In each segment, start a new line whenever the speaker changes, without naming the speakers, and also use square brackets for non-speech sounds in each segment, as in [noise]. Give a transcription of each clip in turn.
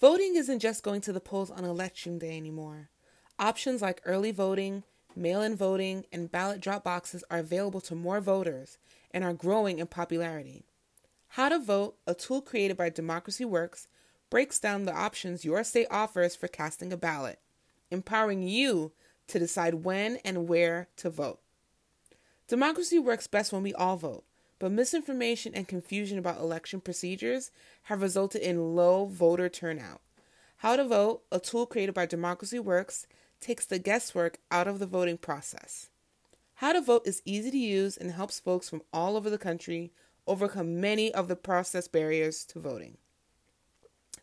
Voting isn't just going to the polls on election day anymore. Options like early voting, mail in voting, and ballot drop boxes are available to more voters and are growing in popularity. How to Vote, a tool created by Democracy Works, breaks down the options your state offers for casting a ballot, empowering you to decide when and where to vote. Democracy works best when we all vote, but misinformation and confusion about election procedures have resulted in low voter turnout. How to Vote, a tool created by Democracy Works, takes the guesswork out of the voting process. How to Vote is easy to use and helps folks from all over the country overcome many of the process barriers to voting.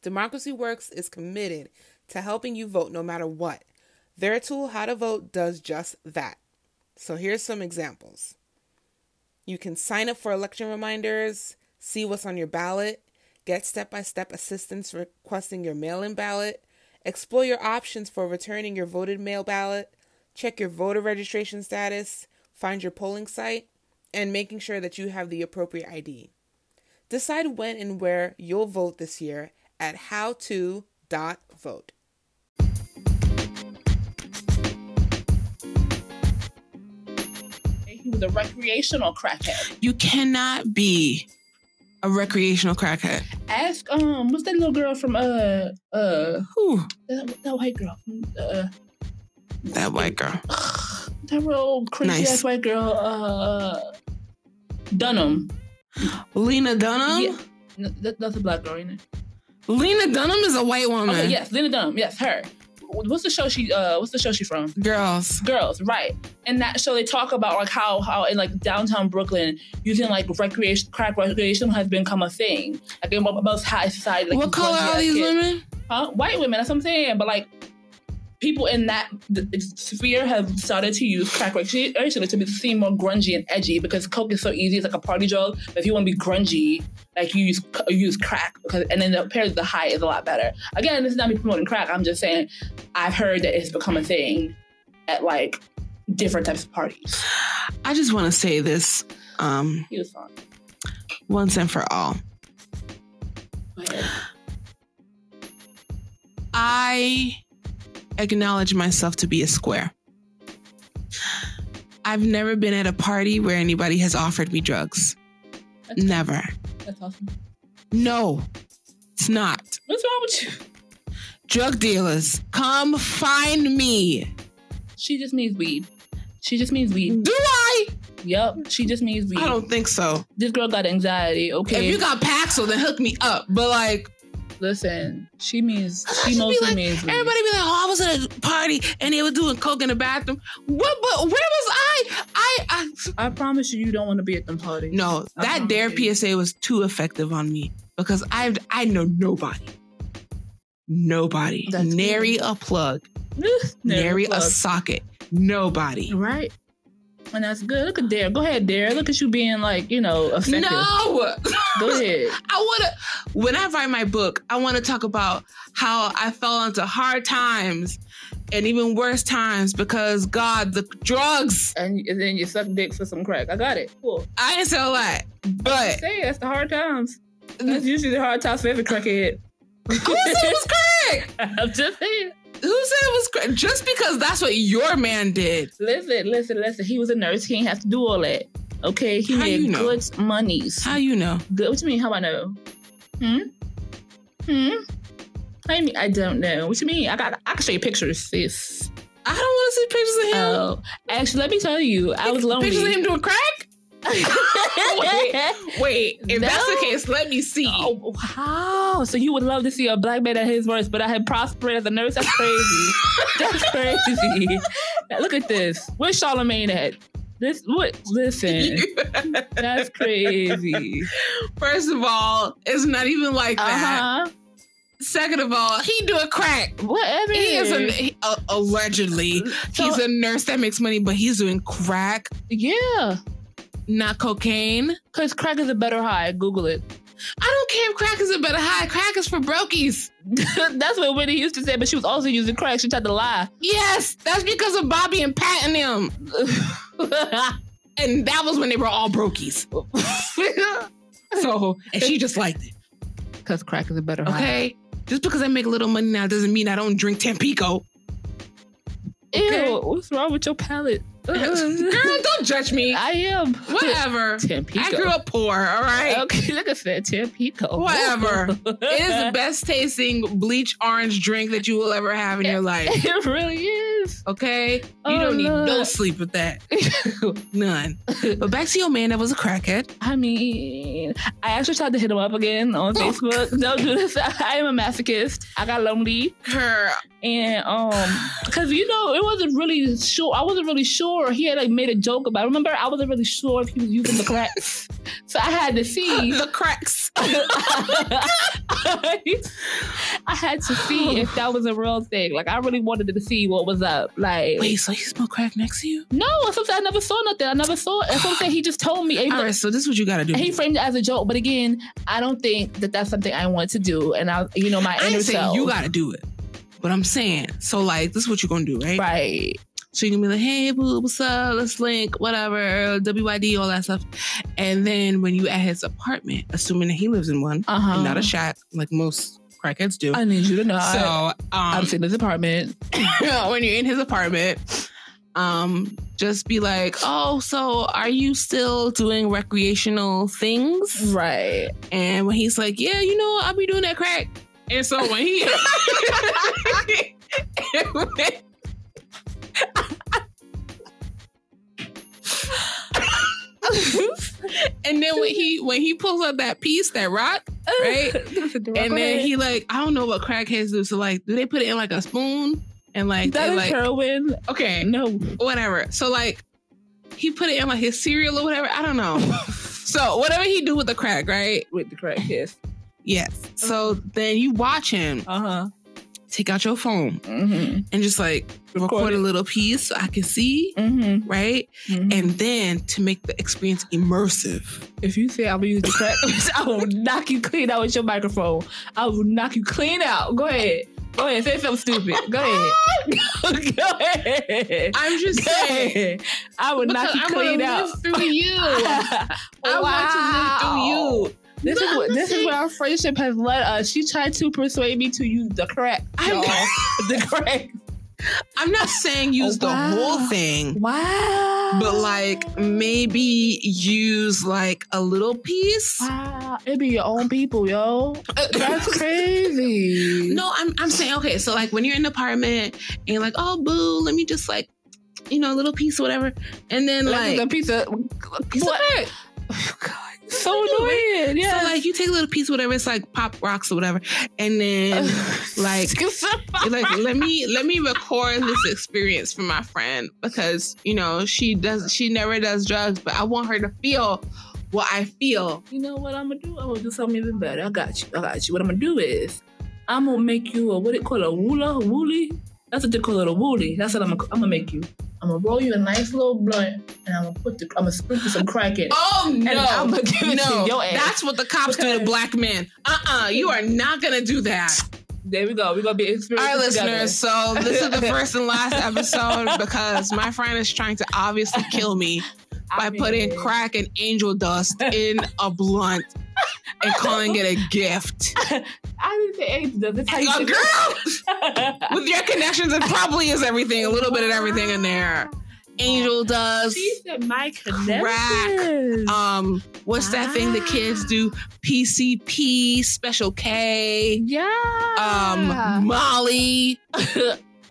Democracy Works is committed to helping you vote no matter what. Their tool, How to Vote, does just that. So here's some examples. You can sign up for election reminders, see what's on your ballot, get step by step assistance requesting your mail in ballot, explore your options for returning your voted mail ballot, check your voter registration status, find your polling site, and making sure that you have the appropriate ID. Decide when and where you'll vote this year at howto.vote.
He was a recreational crackhead.
You cannot be a recreational crackhead.
Ask um, what's that little girl from uh uh
Whew,
that, that white girl from uh [sighs]
that white girl.
that real crazy
Nice.
ass white girl uh Dunham.
Lena Dunham?
yeah, N- that, that's a black girl, ain't it?
Lena Dunham is a white woman.
Okay, yes, Lena Dunham. Yes, her. What's the show she uh What's the show she from?
Girls.
Girls, right? And that show they talk about like how how in like downtown Brooklyn using like recreation crack recreation has become a thing like in mo- most high society. Like,
what
you
color
want
are
to be that
these
kid.
women?
Huh? White women. That's what I'm saying. But like people in that th- th- sphere have started to use crack recreationally to be seen more grungy and edgy because coke is so easy. It's like a party drug. But if you want to be grungy, like you use c- you use crack because and then the pair the high is a lot better. Again, this is not me promoting crack. I'm just saying I've heard that it's become a thing at like different types of parties.
I just want to say this um,
He was fun.
once and for all.
Go ahead.
I acknowledge myself to be a square. I've never been at a party where anybody has offered me drugs.
That's,
Never.
that's awesome.
No, it's not.
What's wrong with you?
Drug dealers, come find me.
She just means weed. She just means weed.
Do I?
Yep. She just means weed.
Mm. I don't think so.
this girl got anxiety. Okay,
If you got Paxil, then hook me up. But like,
listen,
[laughs]
she means
Just
she
be
mostly
like,
means me.
Everybody be like, "Oh, I was at a party and they were doing coke in the bathroom." What? But where was I? I, I
I promise you, you don't want to be at them parties.
no. That dare
[laughs]
PSA was too effective on me because I I know nobody, nobody,
That's good.
nary a plug,
Nary
nary a
fuck.
socket, nobody.
right. And that's good. Look at Dare. Go ahead, Dare. Look at you being like, you know, offensive.
No,
Go ahead.
I want to, when I write my book, I want to talk about how I fell into hard times and even worse times because God, the drugs,
And, and then you suck dick for some crack. I got it. Cool.
I didn't say a lot, but
Say that's the hard times.
Mm-hmm.
That's usually the hard times for every crackhead. [laughs]
who said it was correct?
I'm just saying.
Who said it was correct? Just because that's what your man did.
Listen, listen, listen. He was a nurse. He didn't have to do all that. Okay, he
How
made
you know?
good monies.
How you know?
Good. What you mean? How I know? Hmm. Hmm. I mean, I don't know. What you mean? I got. I can show you pictures, sis.
I don't want to see pictures of him.
Oh, actually, let me tell you, I was lonely.
Pictures of
[laughs]
him doing crack? Wait, if that's
No.
the case, let me see.
oh, wow! So you would love to see a black man at his worst, but I had prospered as a nurse. That's crazy. That's crazy. Now, look at this. Where's Charlemagne at? This what? Listen, that's crazy.
[laughs] First of all, it's not even like
Uh
that.
huh.
Second of all, he doing crack.
Uh-huh. Whatever.
He is a, he, uh, allegedly
Mm. So-
he's a nurse that makes money, but he's doing crack,
yeah.
not cocaine.
Cause crack is a better high. Google it. [laughs]
I don't care if crack is a better high. Crack is for brokies.
That's what Whitney used to say, but she was also using crack. She tried to lie. [laughs]
Yes, that's because of Bobby and Pat and them, and that was when they were all brokies.
[laughs]
So and she just liked it.
Cause crack is a better high.
Okay, Just because I make little money now doesn't mean I don't drink
[laughs]
Tampico. [laughs]
Ew, what's wrong with
[laughs]
your palate? Girl,
Girl, don't judge me.
[laughs] I am.
Whatever.
[laughs] Tampico.
I grew up poor, all right?
Okay, look at that
[laughs]
Tampico.
Whatever. It is
[laughs]
the best tasting bleach orange drink that you will ever have in
[laughs]
your life.
It really is. [laughs]
Okay? You
Oh,
don't need no
Lord.
sleep with that. None. But back to your man that was a crackhead.
I mean, I actually tried to hit him up again
[laughs]
on Facebook. Don't do this. [laughs] I am a masochist. I got lonely.
Girl.
And [sighs] um, because you know, it wasn't really sure. I wasn't really sure. He had like made a joke about. It. Remember, I wasn't really sure if he was using the cracks. [laughs] so I had to [laughs] see.
The cracks.
I had to see if that was a real thing. Like I really wanted to see what was up. Like
Wait, so he smoked crack next to you?
no, that's what I'm saying. I never saw nothing. I never saw. That's what I'm saying. He just told [sighs] me.
All right, so this is what you gotta do.
He framed it as a joke, but again, I don't think that that's something I want to do. And I, you know, my
I
inner
ain't saying
self,
you gotta do it. But I'm saying, so like, this is what you're gonna do, right?
right?
So you can be like, hey, boo, what's up? Let's link, whatever, WYD, all that stuff. And then when you at his apartment, assuming that he lives in one,
Uh huh.
and not a shack, like most crackheads do.
I need you to know.
so um,
I'm in this apartment.
[laughs] when you're in his apartment, um, just be like, oh, so are you still doing recreational things?
Right.
And when he's like, Yeah, you know, I'll be doing that crack. And so when
[laughs]
he [laughs] And then when he when he pulls up that piece, that rock,
[laughs]
Right? and then he like, I don't know what crackheads do. So like, do they put it in like a spoon? And like
That
they
is
like
heroin.
okay.
No.
whatever. So like he put it in like his cereal or whatever. I don't
[laughs]
know. so whatever he do with the crack, right?
With the crack, yes.
Yes. So then you watch him
Uh huh.
take out your phone
Mm
and just like
Record
record,
it.
a little piece so I can see,
hmm. Mm
right?
hmm.
And then to make the experience immersive.
If you say I'm gonna use the crack, [laughs] I will knock you clean out with your microphone. I will knock you clean out. Go ahead. Go ahead. Say something stupid. Go
[laughs]
ahead. [laughs] Go ahead.
I'm just
Go
saying.
ahead. I will knock
Because
you
I'm gonna
clean
live
out.
through
[laughs]
you. I want to live through you.
This
No,
is what
I'm
this is
saying-
where our friendship has led us. She tried to persuade me to use the crack.
I'm-
y'all. [laughs] the crack.
I'm not saying use the
wow.
whole thing.
Wow.
but like maybe use like a little piece.
Wow. It be your own people, yo.
[laughs]
That's crazy.
No, I'm I'm saying okay. So like when you're in the apartment and you're like, oh boo, let me just like, you know, a little piece or whatever, and then
like,
like,
a piece of
piece of
what?
crack.
Oh, [sighs] God. So annoying. Yeah.
So like you take a little piece, whatever. It's like pop rocks or whatever, and [laughs] then
[laughs]
like- you're like let me let me record this experience for my friend because you know she does she never does drugs, but I want her to feel what I feel.
you know what I'm gonna do? I'm gonna do something even better. I got you. I got you. What I'm gonna do is I'm gonna make you a what it call a woola wooly. That's what they call it a wooly. That's what I'm gonna, I'm gonna make you. I'm gonna roll you a nice little blunt and I'm gonna put the I'm gonna sprinkle some crack in. it.
Oh no,
I'ma give it
no,
to your ass.
that's what the cops do to
Because-
black men. Uh uh-uh, uh, you are not gonna do that.
There we go. We're gonna be
All
experiencing.
right,
together.
listeners. So this is
[laughs]
the first and last episode because my friend is trying to obviously kill me by
I mean,
putting crack and angel dust in a blunt and calling it a gift.
I didn't say anything. That's how
A
you
girl [laughs] with your connections, it probably is everything. A little bit of everything in there. Angel dust.
She said my
Crack.
connections.
Um, what's that thing the kids do? PCP, Special K,
yeah.
um,
[laughs]
Molly,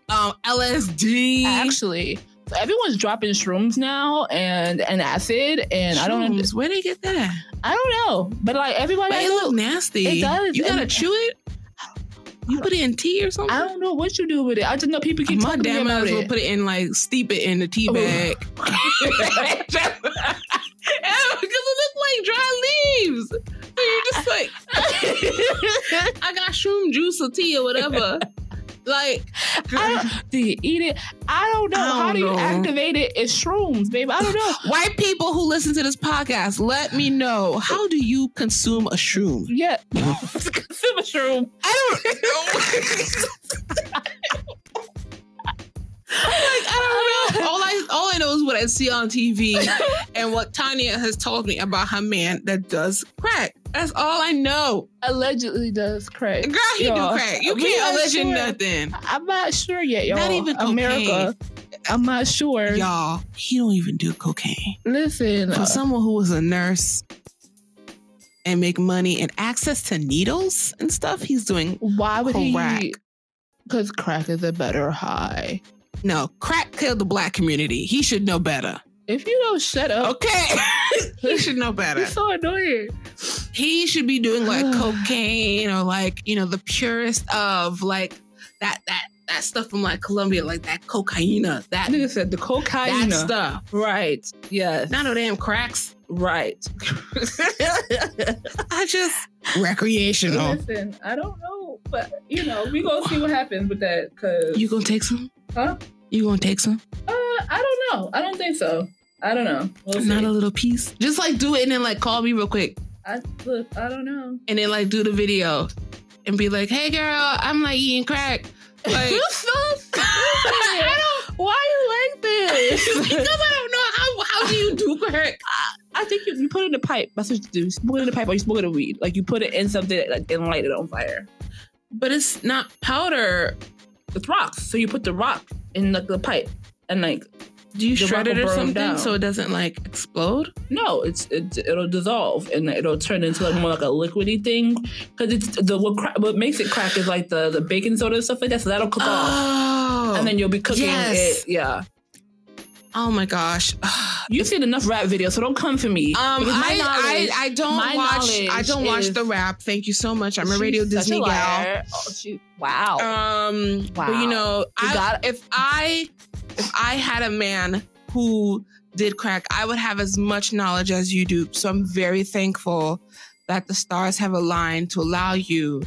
um, LSD.
Actually, so everyone's dropping shrooms now and and acid, and I don't under-
Shrooms, where they get that at?
I don't know, but like everybody,
But
I
it
know,
look nasty.
It does,
You gotta
and-
chew it. You put it in tea or something.
I don't know what you do with it. I just know people keep
My
talking to me
damn
about
ass will
it.
put it in like steep it in the tea
Oh. [laughs]
bag. [laughs] Because it look like dry leaves. So you're just like, I got shroom juice or tea or whatever. Like,
[laughs] I don't, do you eat it? I don't know.
I
How
don't
do you
know.
activate it? It's shrooms, babe. I don't know.
white people who listen to this podcast, let me know how do you consume a shroom? [laughs]
Yeah, [laughs] consume a shroom.
I [laughs] don't
[laughs]
know. like, I don't know. all I all I know is what I see on
[laughs]
TV and what Tanya has told me about her man that does crack. That's all I know.
Allegedly does crack.
Girl, he
Y'all.
do crack. You
We
can't
not
allege
sure.
nothing.
I'm not sure yet, y'all.
Not even
America. I'm not sure.
Y'all, he don't even do cocaine.
Listen, uh,
For someone who was a nurse and make money and access to needles and stuff, he's doing
why would he?
Crack.
Because crack is a better high.
no crack killed the black community. He should know better.
If you don't shut up,
Okay. [laughs] he
[laughs]
should know better.
it's so annoying.
he should be doing like cocaine or like you know the purest of like that that that stuff from like Colombia, like that cocaina, that
Nigga said the
that
cocaine.
stuff.
Right. Yes.
Not no damn cracks. [laughs]
right.
I just recreational.
Listen, I don't know, but you know, we gonna see what happens with that. Cause
You gonna take some?
Huh?
You gonna take some?
uh, I don't know. I don't think so. I don't know. We'll
Not
see.
a little piece. Just like do it and then like call me real quick
I look. I don't know.
and then like do the video and be like, hey girl, I'm like eating crack.
[laughs]
Like [laughs]
you so stupid.
I
Why you like
because [laughs] I
this?
don't know how how do you do crack?
I think you, you put it in a pipe. That's what you do. You smoke it in a pipe or you smoke it in weed. Like you put it in something like, and light it on fire.
But it's not powder.
It's rocks. So you put the rock in like the pipe and like
Do you
The
shred
rock
it
will
or
burn
something
down.
so it doesn't like explode?
No, it's it, it'll dissolve and it'll turn into like more like a liquidy thing because it's the what, cra- what makes it crack is like the the baking soda and stuff like that. So that'll cook off,
Oh,
and then you'll be cooking
yes.
it. Yeah,
oh my gosh. Um,
you've seen enough rap videos, so don't come for me. Because my
I,
knowledge-
I I don't
my
watch I
knowledge
don't watch
is-
the rap. Thank you so much. I'm a
she's
Radio
such
Disney gal.
liar. Oh, she, wow.
Um, but
Wow.
you know, I
got-
if I if I had a man who did crack, I would have as much knowledge as you do. So I'm very thankful that the stars have aligned to allow you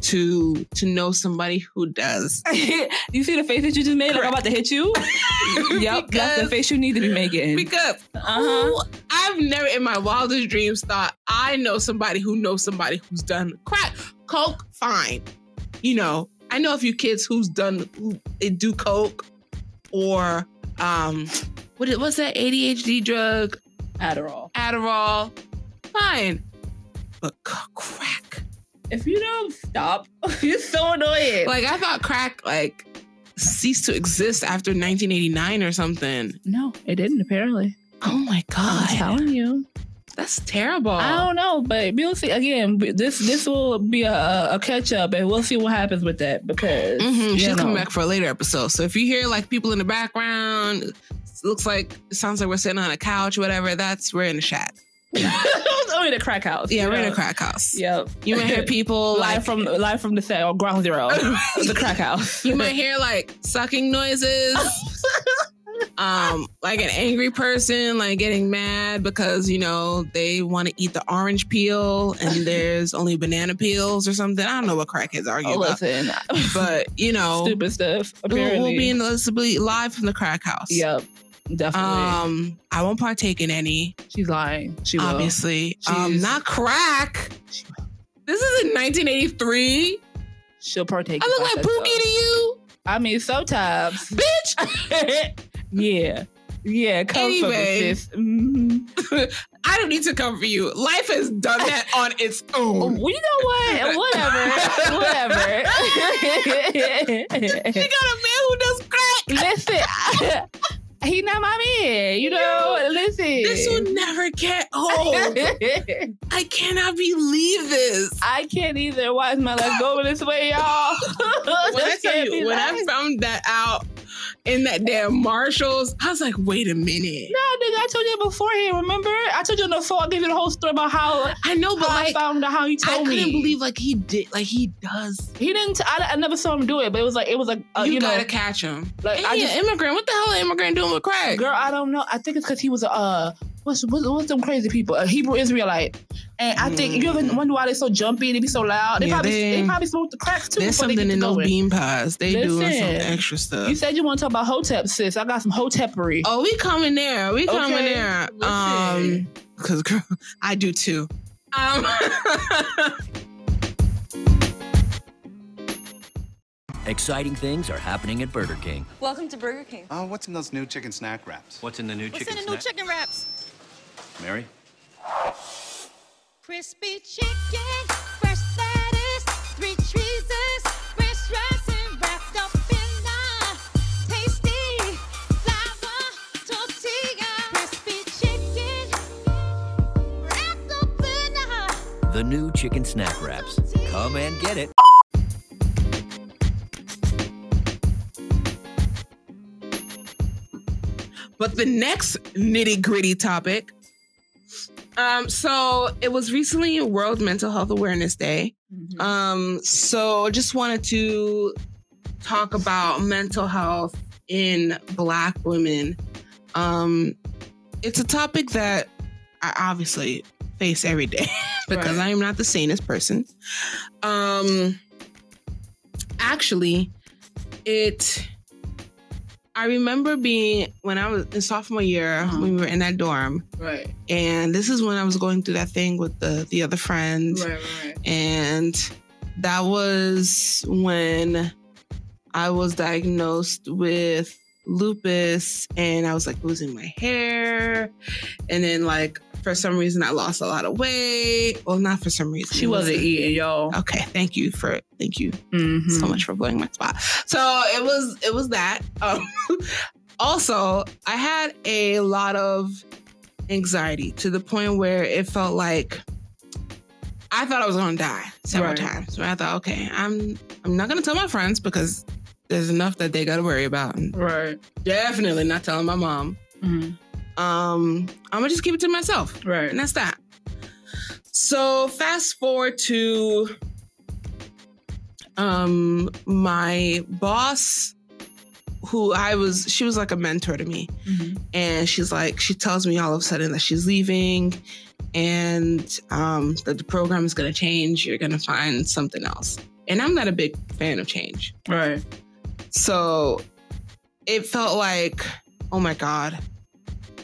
to to know somebody who does.
you see the face that you just made? Like I'm about to
[laughs]
hit you. [laughs] yep, that's the
Because-
face you need to be making.
Because
Uh
Uh-huh.
huh.
I've never in my wildest dreams thought I know somebody who knows somebody who's done crack, coke, fine. You know, I know a few kids who's done who they do coke or um, what it- what's that ADHD drug,
Adderall.
Adderall, fine, but c- crack.
If you don't stop, [laughs] you're so annoying.
Like I thought, crack like ceased to exist after 1989 or something.
no, it didn't apparently.
Oh my
I'm
god,
telling you.
that's terrible.
I don't know, but we'll see. Again, we- this this will be a, a catch up, and we'll see what happens with that because
hmm
you
She'll come
know. [laughs]
back for a later episode. So if you hear like people in the background, it looks like it sounds like we're sitting on a couch, whatever. That's we're in the chat.
oh, in a crack house.
Yeah,
you
we're in
know.
a crack house.
Yep.
You might
[laughs]
hear people
live
like
from live from the set or
[laughs]
ground zero, the crack house.
you
[laughs]
might hear like sucking noises. um, like an angry person like getting mad because you know they want to eat the orange peel
[laughs]
and there's only banana peels or something. I don't know what crackheads argue
Oh,
about,
listen,
but you know
[laughs] stupid stuff. Apparently,
we'll, we'll be in the live from the crack house.
Yep, definitely.
Um, I won't partake in any,
She's lying. She will.
obviously. Um,
She's-
not crack. This is in 1983.
She'll partake.
I
in
look
that
like Pookie
stuff.
to you,
I mean,
[laughs]
sometimes.
bitch.
yeah. Yeah, come for me,
Anyway.
sis. Mhm.
I don't need to come for you. Life has done that
[laughs]
on its
Well,
own.
you know what?
[laughs]
Whatever.
[laughs] You
Whatever.
got a man who does crack.
Listen, [laughs] he not my man. You know, listen.
This
[laughs]
Oh. will never get old. I cannot believe this.
I can't either. Why is my life going this
[laughs]
way, y'all?
When I tell you, when I found that out in that damn Marshalls, I was like, wait a minute.
No, nigga, I told you beforehand, remember? I told you on the phone, I gave you the whole story about how, how
I know, but
I
like,
found out how he
I
told
couldn't
me.
believe like he did, like he does.
he didn't, I, I never saw him do it, but it was like, it was like, uh, you,
you,
know,
gotta catch him.
like, I
Hey,
just,
an immigrant. What the hell, an immigrant doing with crack?
Girl, I don't know. I think it's because he was a uh, what's, what's what's them crazy people? A Hebrew Israelite, and I think you ever wonder why they so jumpy? They be so loud.
Mm.
They
Yeah,
probably
they-
they probably smoke the cracks too.
There's
before they
something
get
in
to
those
going.
bean pies. They doing some
Listen.
extra stuff.
You said you want to talk about hotep, sis. I got some hotepery.
oh, we coming there. We coming
Okay,
there. Um,
listen.
because girl, [laughs] I do too. Um.
Exciting things are happening at Burger King.
Welcome to Burger King.
Oh, what's in those new chicken snack wraps?
What's in the new
What's
chicken
in the new
snack?
chicken wraps?
Mary?
Crispy chicken, fresh lettuce, three cheeses, fresh rice and wrapped up in a tasty flour tortilla. Crispy chicken, wrapped up in a
The new chicken snack wraps. Come and get it.
[laughs] But the next nitty gritty topic. Um, so it was recently World Mental Health Awareness Day.
Mm-hmm.
Um, so just wanted to talk about mental health in Black women. Um, it's a topic that I obviously face every day [laughs] because
Right.
I am not the sanest person. Um, actually, it. I remember being when I was in sophomore year,
Uh-huh.
we were in that dorm, [laughs]
Right.
and this is when I was going through that thing with the the other friend
Right. Right. right.
and that was when I was diagnosed with lupus and I was like losing my hair and then like for some reason I lost a lot of weight well not for some reason
She wasn't eating, y'all.
okay thank you for thank you
Mm-hmm.
Oh, so much for blowing my spot so it was it was that um, [laughs] also I had a lot of anxiety to the point where it felt like I thought I was gonna die several
Right.
times. So I thought, okay, I'm I'm not gonna tell my friends because there's enough that they gotta worry about. And
Right.
definitely not telling my mom.
Mhm.
Um, I'm gonna just keep it to myself.
Right.
And that's that. So fast forward to um my boss who I was she was like a mentor to me
Mhm.
and she's like she tells me all of a sudden that she's leaving and um, that the program is going to change you're going to find something else and i'm not a big fan of change
Right.
so it felt like oh my god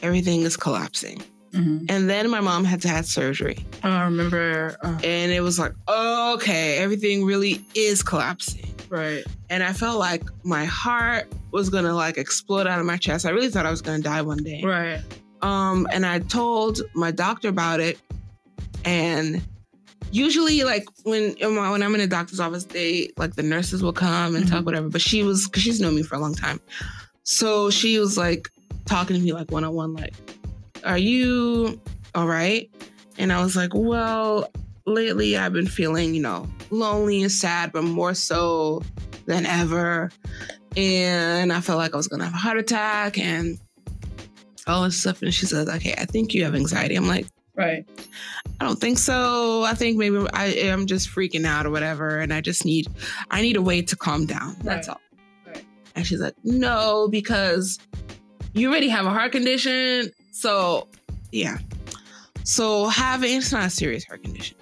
everything is collapsing
Mhm.
and then my mom had to have surgery
I remember. Uh,
and it was like okay everything really is collapsing
right.
and i felt like my heart was going to like explode out of my chest i really thought i was going to die one day
Right.
um, and I told my doctor about it. And usually, like when in my- when I'm in a doctor's office, they like the nurses will come and talk whatever. But she was because she's known me for a long time, so she was like talking to me like one on one, like, "Are you all right?" And I was like, "Well, lately I've been feeling, you know, lonely and sad, but more so than ever." And I felt like I was gonna have a heart attack and all this stuff. And she says, okay, I think you have anxiety. I'm like,
Right.
I don't think so. I think maybe I am just freaking out or whatever. And I just need, I need a way to calm down. That's
Right.
all.
Right.
And she's like, no, because you already have a heart condition. So yeah. So having, it's not a serious heart condition.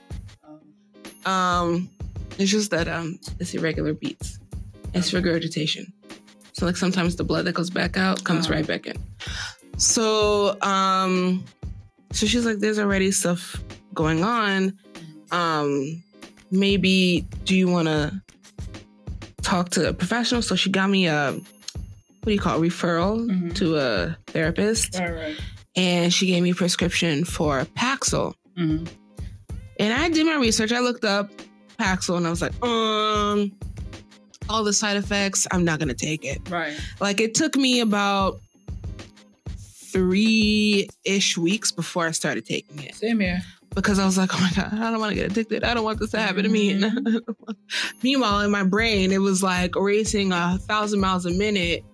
Um, it's just that, um, it's irregular beats. It's regurgitation. So like sometimes the blood that goes back out comes
Uh-huh.
right back in. So um so she's like there's already stuff going on. Um maybe do you want to talk to a professional? So she got me a what do you call it, referral
Mhm.
to a therapist
Right. Right.
and she gave me a prescription for Paxil.
Mhm.
And I did my research. I looked up Paxil and I was like, um, all the side effects, I'm not gonna take it.
Right.
Like it took me about three ish weeks before I started taking it
Same here.
because I was like, oh my God, I don't wanna get addicted. I don't want this to happen to me. [laughs] Meanwhile, in my brain, it was like racing a thousand miles a minute.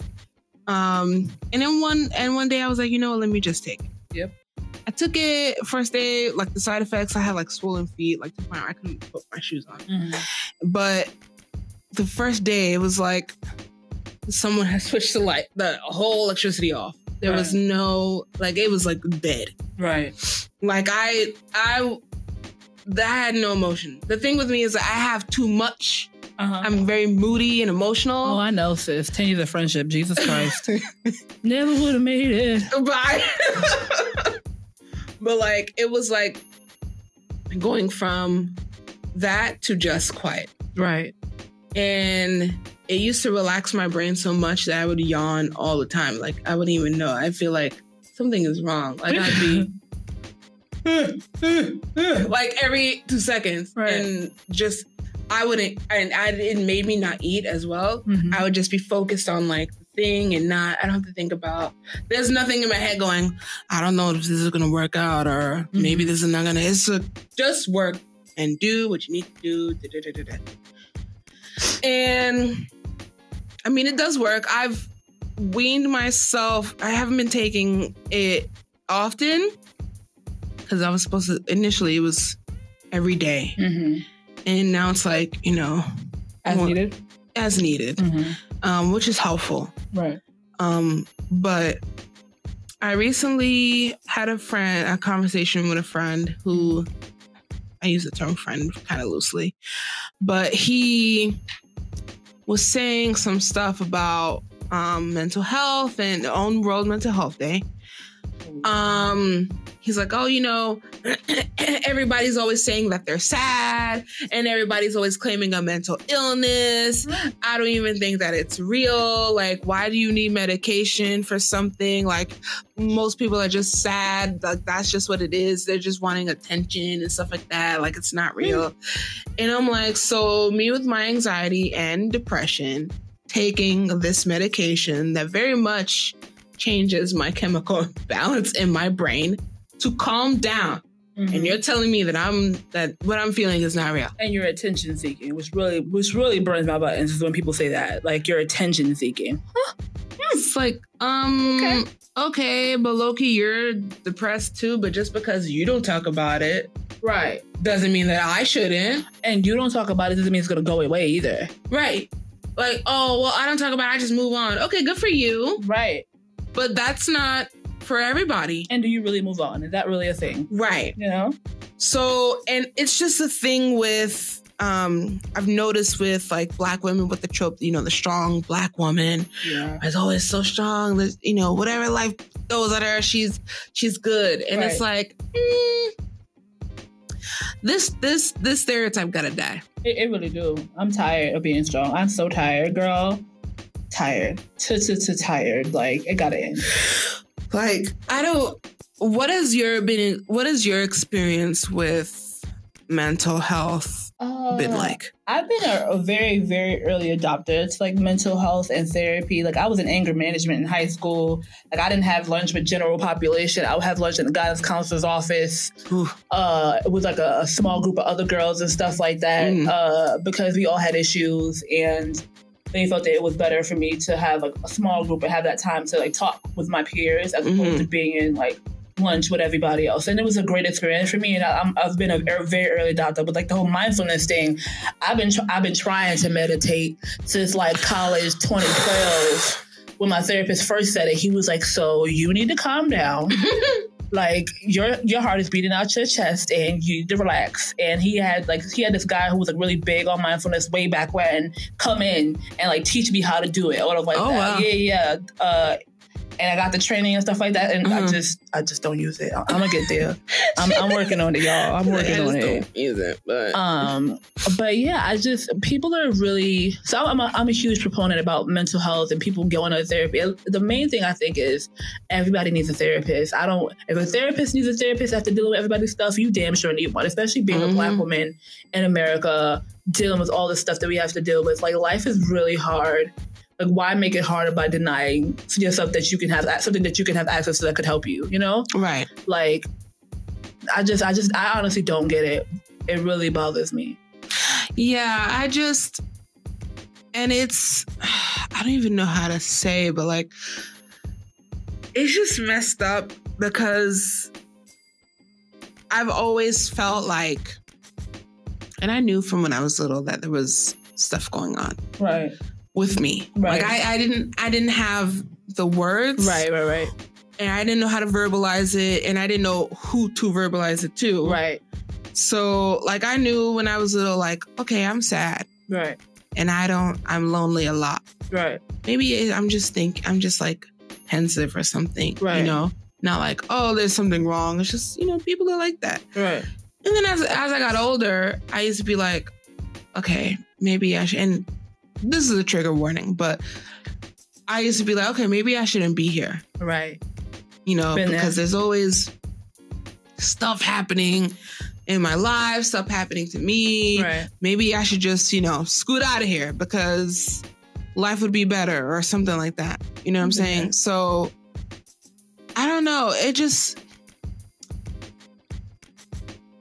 Um, and then one and one day I was like, you know what, let me just take it.
Yep.
I took it first day, like the side effects, I had like swollen feet, like to the point where I couldn't put my shoes on.
Mhm.
But the first day it was like someone had [laughs] switched the light the whole electricity off. There was
Right.
no like it was like dead.
Right.
Like I I I had no emotion. The thing with me is that I have too much
Uh-huh.
I'm very moody and emotional.
Oh, I know, sis. Ten years of friendship. Jesus Christ. [laughs] Never would have made it.
but, I- [laughs] but like it was like going from that to just quiet.
Right.
and it used to relax my brain so much that I would yawn all the time. Like I wouldn't even know. I feel like something is wrong. Like I'd be [laughs] like every two seconds,
Right.
and just I wouldn't. And I, it made me not eat as well.
Mhm.
I would just be focused on like the thing and not. I don't have to think about. There's nothing in my head going. I don't know if this is gonna work out or maybe this is not gonna. It's a, just work and do what you need to do. da, da, da, da, da. And I mean, it does work. I've weaned myself. I haven't been taking it often because I was supposed to. Initially, it was every day,
Mhm.
and now it's like you know
As
Well-
needed.
as needed,
Mhm.
um, which is helpful.
Right.
Um, but I recently had a friend, a conversation with a friend who I use the term friend kind of loosely, but he was saying some stuff about um, mental health and the own world mental health day. Um, he's like, oh, you know, [clears throat] everybody's always saying that they're sad and everybody's always claiming a mental illness. I don't even think that it's real. Like, why do you need medication for something? Like, most people are just sad. Like, that's just what it is. They're just wanting attention and stuff like that. Like, it's not real. And I'm like, so me with my anxiety and depression, taking this medication that very much changes my chemical [laughs] balance in my brain to calm down.
Mm-hmm. Hmm.
And you're telling me that I'm that what I'm feeling is not real.
and your attention seeking, which really which really burns my buttons is when people say that. Like your attention seeking.
It's like, um, okay. but Loki, you're depressed too. But just because you don't talk about it
Right.
doesn't mean that I shouldn't,
And you don't talk about it doesn't mean it's gonna go away either.
right? Like, oh, well, I don't talk about it. I just move on. Okay, good for you.
Right.
But that's not for everybody,
And do you really move on? Is that really a thing?
right?
You know?
So, and it's just a thing with, um, I've noticed with like black women with the trope, you know, the strong black woman
Yeah.
is always so strong. That, you know, whatever life throws at her, she's she's good. And it's like mm, this this this stereotype gotta die.
It, it really do. I'm tired of being strong. I'm so tired, girl. Tired. T t t tired. Like it gotta end.
Like I don't. What has your been? What is your experience with mental health
Uh,
been like?
I've been a, a very, very early adopter to like mental health and therapy. Like I was in anger management in high school. Like I didn't have lunch with general population. I would have lunch in the guidance counselor's office
Ooh.
uh, with like a, a small group of other girls and stuff like that
Mm.
uh, because we all had issues and they felt that it was better for me to have like a small group and have that time to like talk with my peers as opposed
Mhm.
to being in like lunch with everybody else. And it was a great experience for me. And I, I'm, I've been a ver- very early adopter, but like the whole mindfulness thing, I've been tr- I've been trying to meditate since like college 2012. When my therapist first said it, he was like, "So you need to calm
[laughs]
down." like your your heart is beating out your chest and you need to relax. And he had like he had this guy who was like really big on mindfulness way back when come in and like teach me how to do it. Or like
Oh,
that.
wow.
yeah, yeah. Uh, and I got the training and stuff like that. And I
Mhm.
just I just don't use it. I- I'm gonna get there. I'm, I'm working on it, y'all. I'm
Like, I
working
just
on it.
don't use it, but
Um, but yeah, I just people are really so I'm a, I'm a huge proponent about mental health and people going to therapy. The main thing I think is everybody needs a therapist. I don't if a therapist needs a therapist after dealing with everybody's stuff, you damn sure need one, especially being a black
Mhm.
woman in America dealing with all the stuff that we have to deal with. Like life is really hard. Like why make it harder by denying yourself that you can have something that you can have access to that could help you? You know
right.
like i just i just i honestly don't get it it really bothers me
Yeah, I just and it's [sighs] I don't even know how to say, but like it's just messed up because I've always felt like and I knew from when I was little that there was stuff going on
right
with me.
Right.
Like I, I didn't I didn't have the words.
right right right
And I didn't know how to verbalize it and I didn't know who to verbalize it to.
right
So like I knew when I was little, like, okay, I'm sad
right
and I don't, I'm lonely a lot.
right
Maybe it- I'm just think, I'm just like pensive or something,
Right.
you know? Not like, oh, there's something wrong. It's just, you know, people are like that.
right
And then as, as I got older, I used to be like, okay, maybe I should. And this is a trigger warning, but I used to be like, okay, maybe I shouldn't be here,
Right.
you know,
Been there.
because there's always stuff happening in my life, stuff happening to me.
Right.
Maybe I should just, you know, scoot out of here because life would be better or something like that. You know what I'm saying?
Yeah.
So I don't know. It just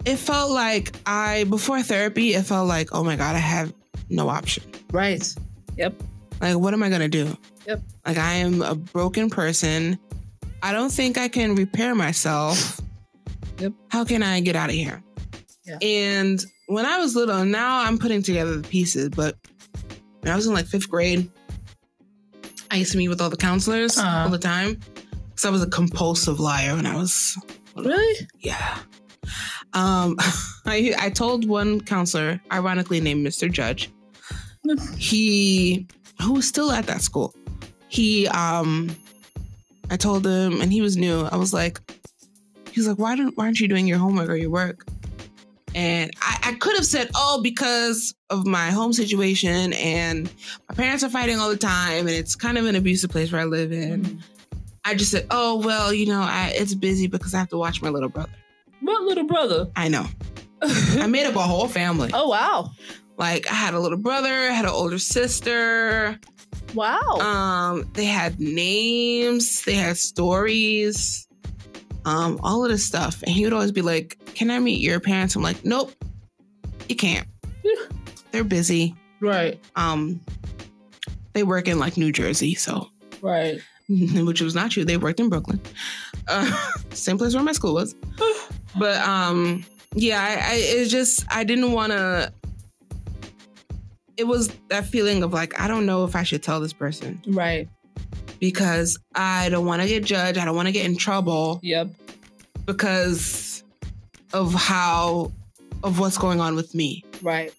it felt like I before therapy, it felt like, oh my God, I have no option.
Right.
Like, what am I gonna do?
Yep.
Like, I am a broken person. I don't think I can repair myself.
Yep.
How can I get out of here?
Yeah.
And when I was little, now I'm putting together the pieces, but when I was in like fifth grade, I used to meet with all the counselors
Uh-huh.
all the time. Because I was a compulsive liar when I was
Really?
yeah. Um, [laughs] I I told one counselor, ironically named Mr. Judge, he who was still at that school. He um, I told him, and he was new. I was like, he's like, why don't why aren't you doing your homework or your work? And I, I could have said, oh, because of my home situation and my parents are fighting all the time, and it's kind of an abusive place where I live in. I just said, oh, well, you know, I, it's busy because I have to watch my little brother.
What little brother?
I know. I made up a whole family.
[laughs] Oh wow.
Like, I had a little brother, I had an older sister.
Wow.
Um, they had names, they had stories, um, all of this stuff. And he would always be like, Can I meet your parents? I'm like, Nope, you can't. They're busy.
right.
Um, they work in like New Jersey, so
Right.
[laughs] which was not true. They worked in Brooklyn, uh, [laughs] same place where my school was. But um, yeah, I, I it's just I didn't want to. It was that feeling of like I don't know if I should tell this person
Right.
because I don't want to get judged. I don't want to get in trouble
Yep.
because of how of what's going on with me.
Right.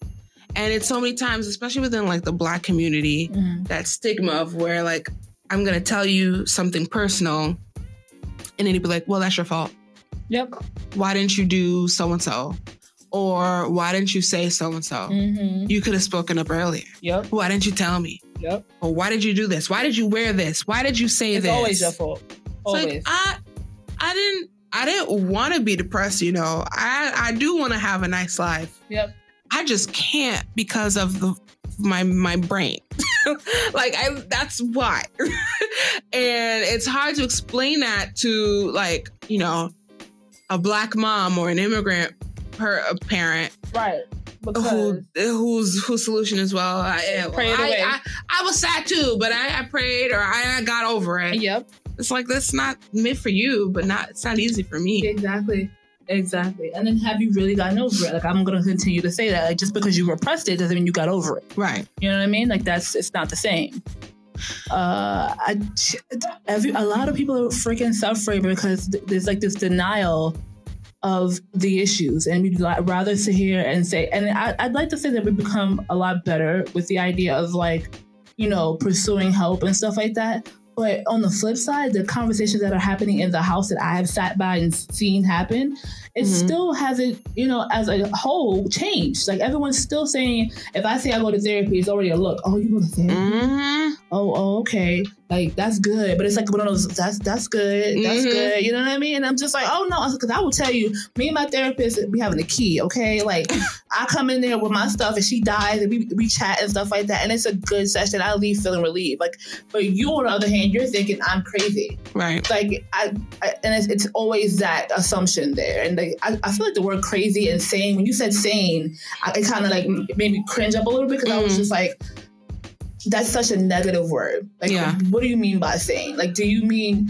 And it's so many times, especially within like the black community, that stigma of where like I'm gonna tell you something personal, and then you'd be like, "Well, that's your fault.
Yep.
Why didn't you do so and so, or why didn't you say so and so?
Mm-hmm.
You could have spoken up earlier.
Yep.
Why didn't you tell me?
Yep.
Or why did you do this? Why did you wear this? Why did you say
It's
this?
always your fault.
It's like,
Always.
I, I didn't, I didn't want to be depressed. You know, I, I do want to have a nice life.
Yep.
I just can't because of the my my brain. [laughs] like I that's why. [laughs] and it's hard to explain that to like, you know, a black mom or an immigrant per a parent
right.
who
Because
whose whose solution is well I,
Pray it
I,
away.
I, I was sad too, but I, I prayed or I, I got over it.
Yep.
It's like that's not meant for you, but not it's not easy for me.
Exactly. Exactly. And then have you really gotten over it? Like I'm gonna continue to say that. Like just because you repressed it doesn't mean you got over it.
Right.
You know what I mean? Like that's it's not the same. Uh, I, every, a lot of people are freaking suffering because th- there's like this denial of the issues, and we'd li- rather sit here and say. And I, I'd like to say that we become a lot better with the idea of like, you know, pursuing help and stuff like that. But on the flip side, the conversations that are happening in the house that I have sat by and seen happen, it
Mhm.
still hasn't, you know, as a whole changed. Like everyone's still saying, if I say I go to therapy, it's already a look. Oh, you go to therapy?
Mm-hmm.
Oh, oh, okay. Like that's good, but it's like one of those. That's that's good. That's
Mhm.
good. You know what I mean? And I'm just like, oh no, because I will tell you, me and my therapist be having a key. Okay, like I come in there with my stuff, and she dies, and we we chat and stuff like that, and it's a good session. I leave feeling relieved. Like, but you on the other hand, you're thinking I'm crazy
Right.
like I, I and it's, it's always that assumption there and like I, I feel like the word crazy and sane when you said sane I, it kind of like m- made me cringe up a little bit because I was
Mm.
just like that's such a negative word like
Yeah.
what do you mean by sane like do you mean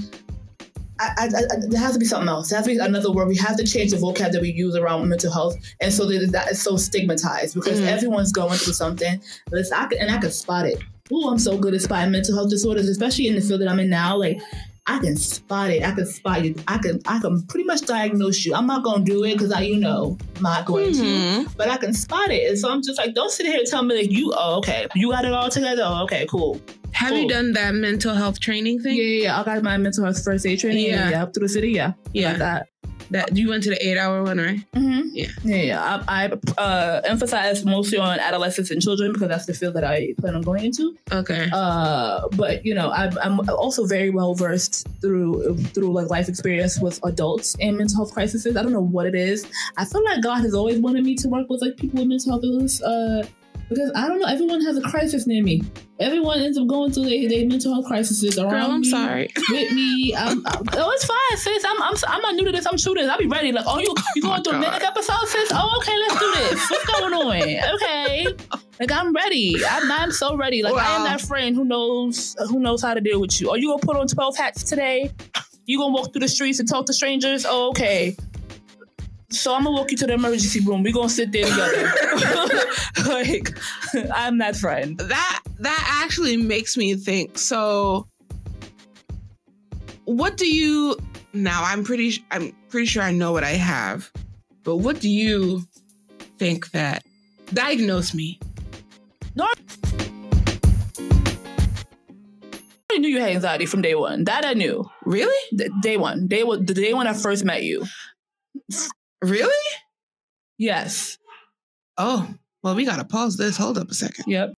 I, I, I, there has to be something else. There has to be another word. We have to change the vocab that we use around mental health, and so that, that is so stigmatized because
Mhm.
everyone's going through something. Listen, I could, and I could spot it. Ooh, I'm so good at spotting mental health disorders, especially in the field that I'm in now. Like, I can spot it. I can spot you. I can I can pretty much diagnose you. I'm not gonna do it because I, you know, I'm not going to.
Mhm.
But I can spot it, and so I'm just like, don't sit here and tell me like you. Oh, okay, you got it all together. Oh, okay, cool.
Have you
Cool.
done that mental health training
Yeah,
thing?
yeah, yeah. I got my mental health first aid training. Yeah,
Yeah.
yeah, through the city. Yeah,
Yeah.
Got that.
That you went to the eight hour one, right?
Mm-hmm.
Yeah.
Yeah, yeah. I, I uh, emphasize mostly on adolescents and children because that's the field that I plan on going into.
Okay.
Uh, but you know, I'm, I'm also very well versed through through like life experience with adults and mental health crises. I don't know what it is. I feel like God has always wanted me to work with like people with mental health illness. Uh, because I don't know, everyone has a crisis near me. Everyone ends up going through their, their mental health crises around
Oh, Girl, I'm
me,
sorry.
with me. I'm, I'm, oh, it's fine, sis. I'm, I'm I'm not new to this. I'm true to this. I'll be ready. Like, oh, you you
Oh,
going through
God.
manic episode, sis? Oh, okay, let's do
[laughs]
this. What's going on? Okay, like I'm ready. I'm, I'm so ready. Like I am
Wow.
that friend who knows who knows how to deal with you. Are you gonna put on twelve hats today? You gonna walk through the streets and talk to strangers? Oh, okay. So I'm gonna walk you to the emergency room. We're gonna sit there together. [laughs] like I'm that friend.
That that actually makes me think. So, what do you now? I'm pretty. sh- I'm pretty sure I know what I have, but what do you think that diagnose me?
I knew you had anxiety from day one. That I knew.
Really?
D- day one. Day one the day when I first met you.
Really?
Yes.
Oh, well, we gotta pause this. Hold up a second.
Yep.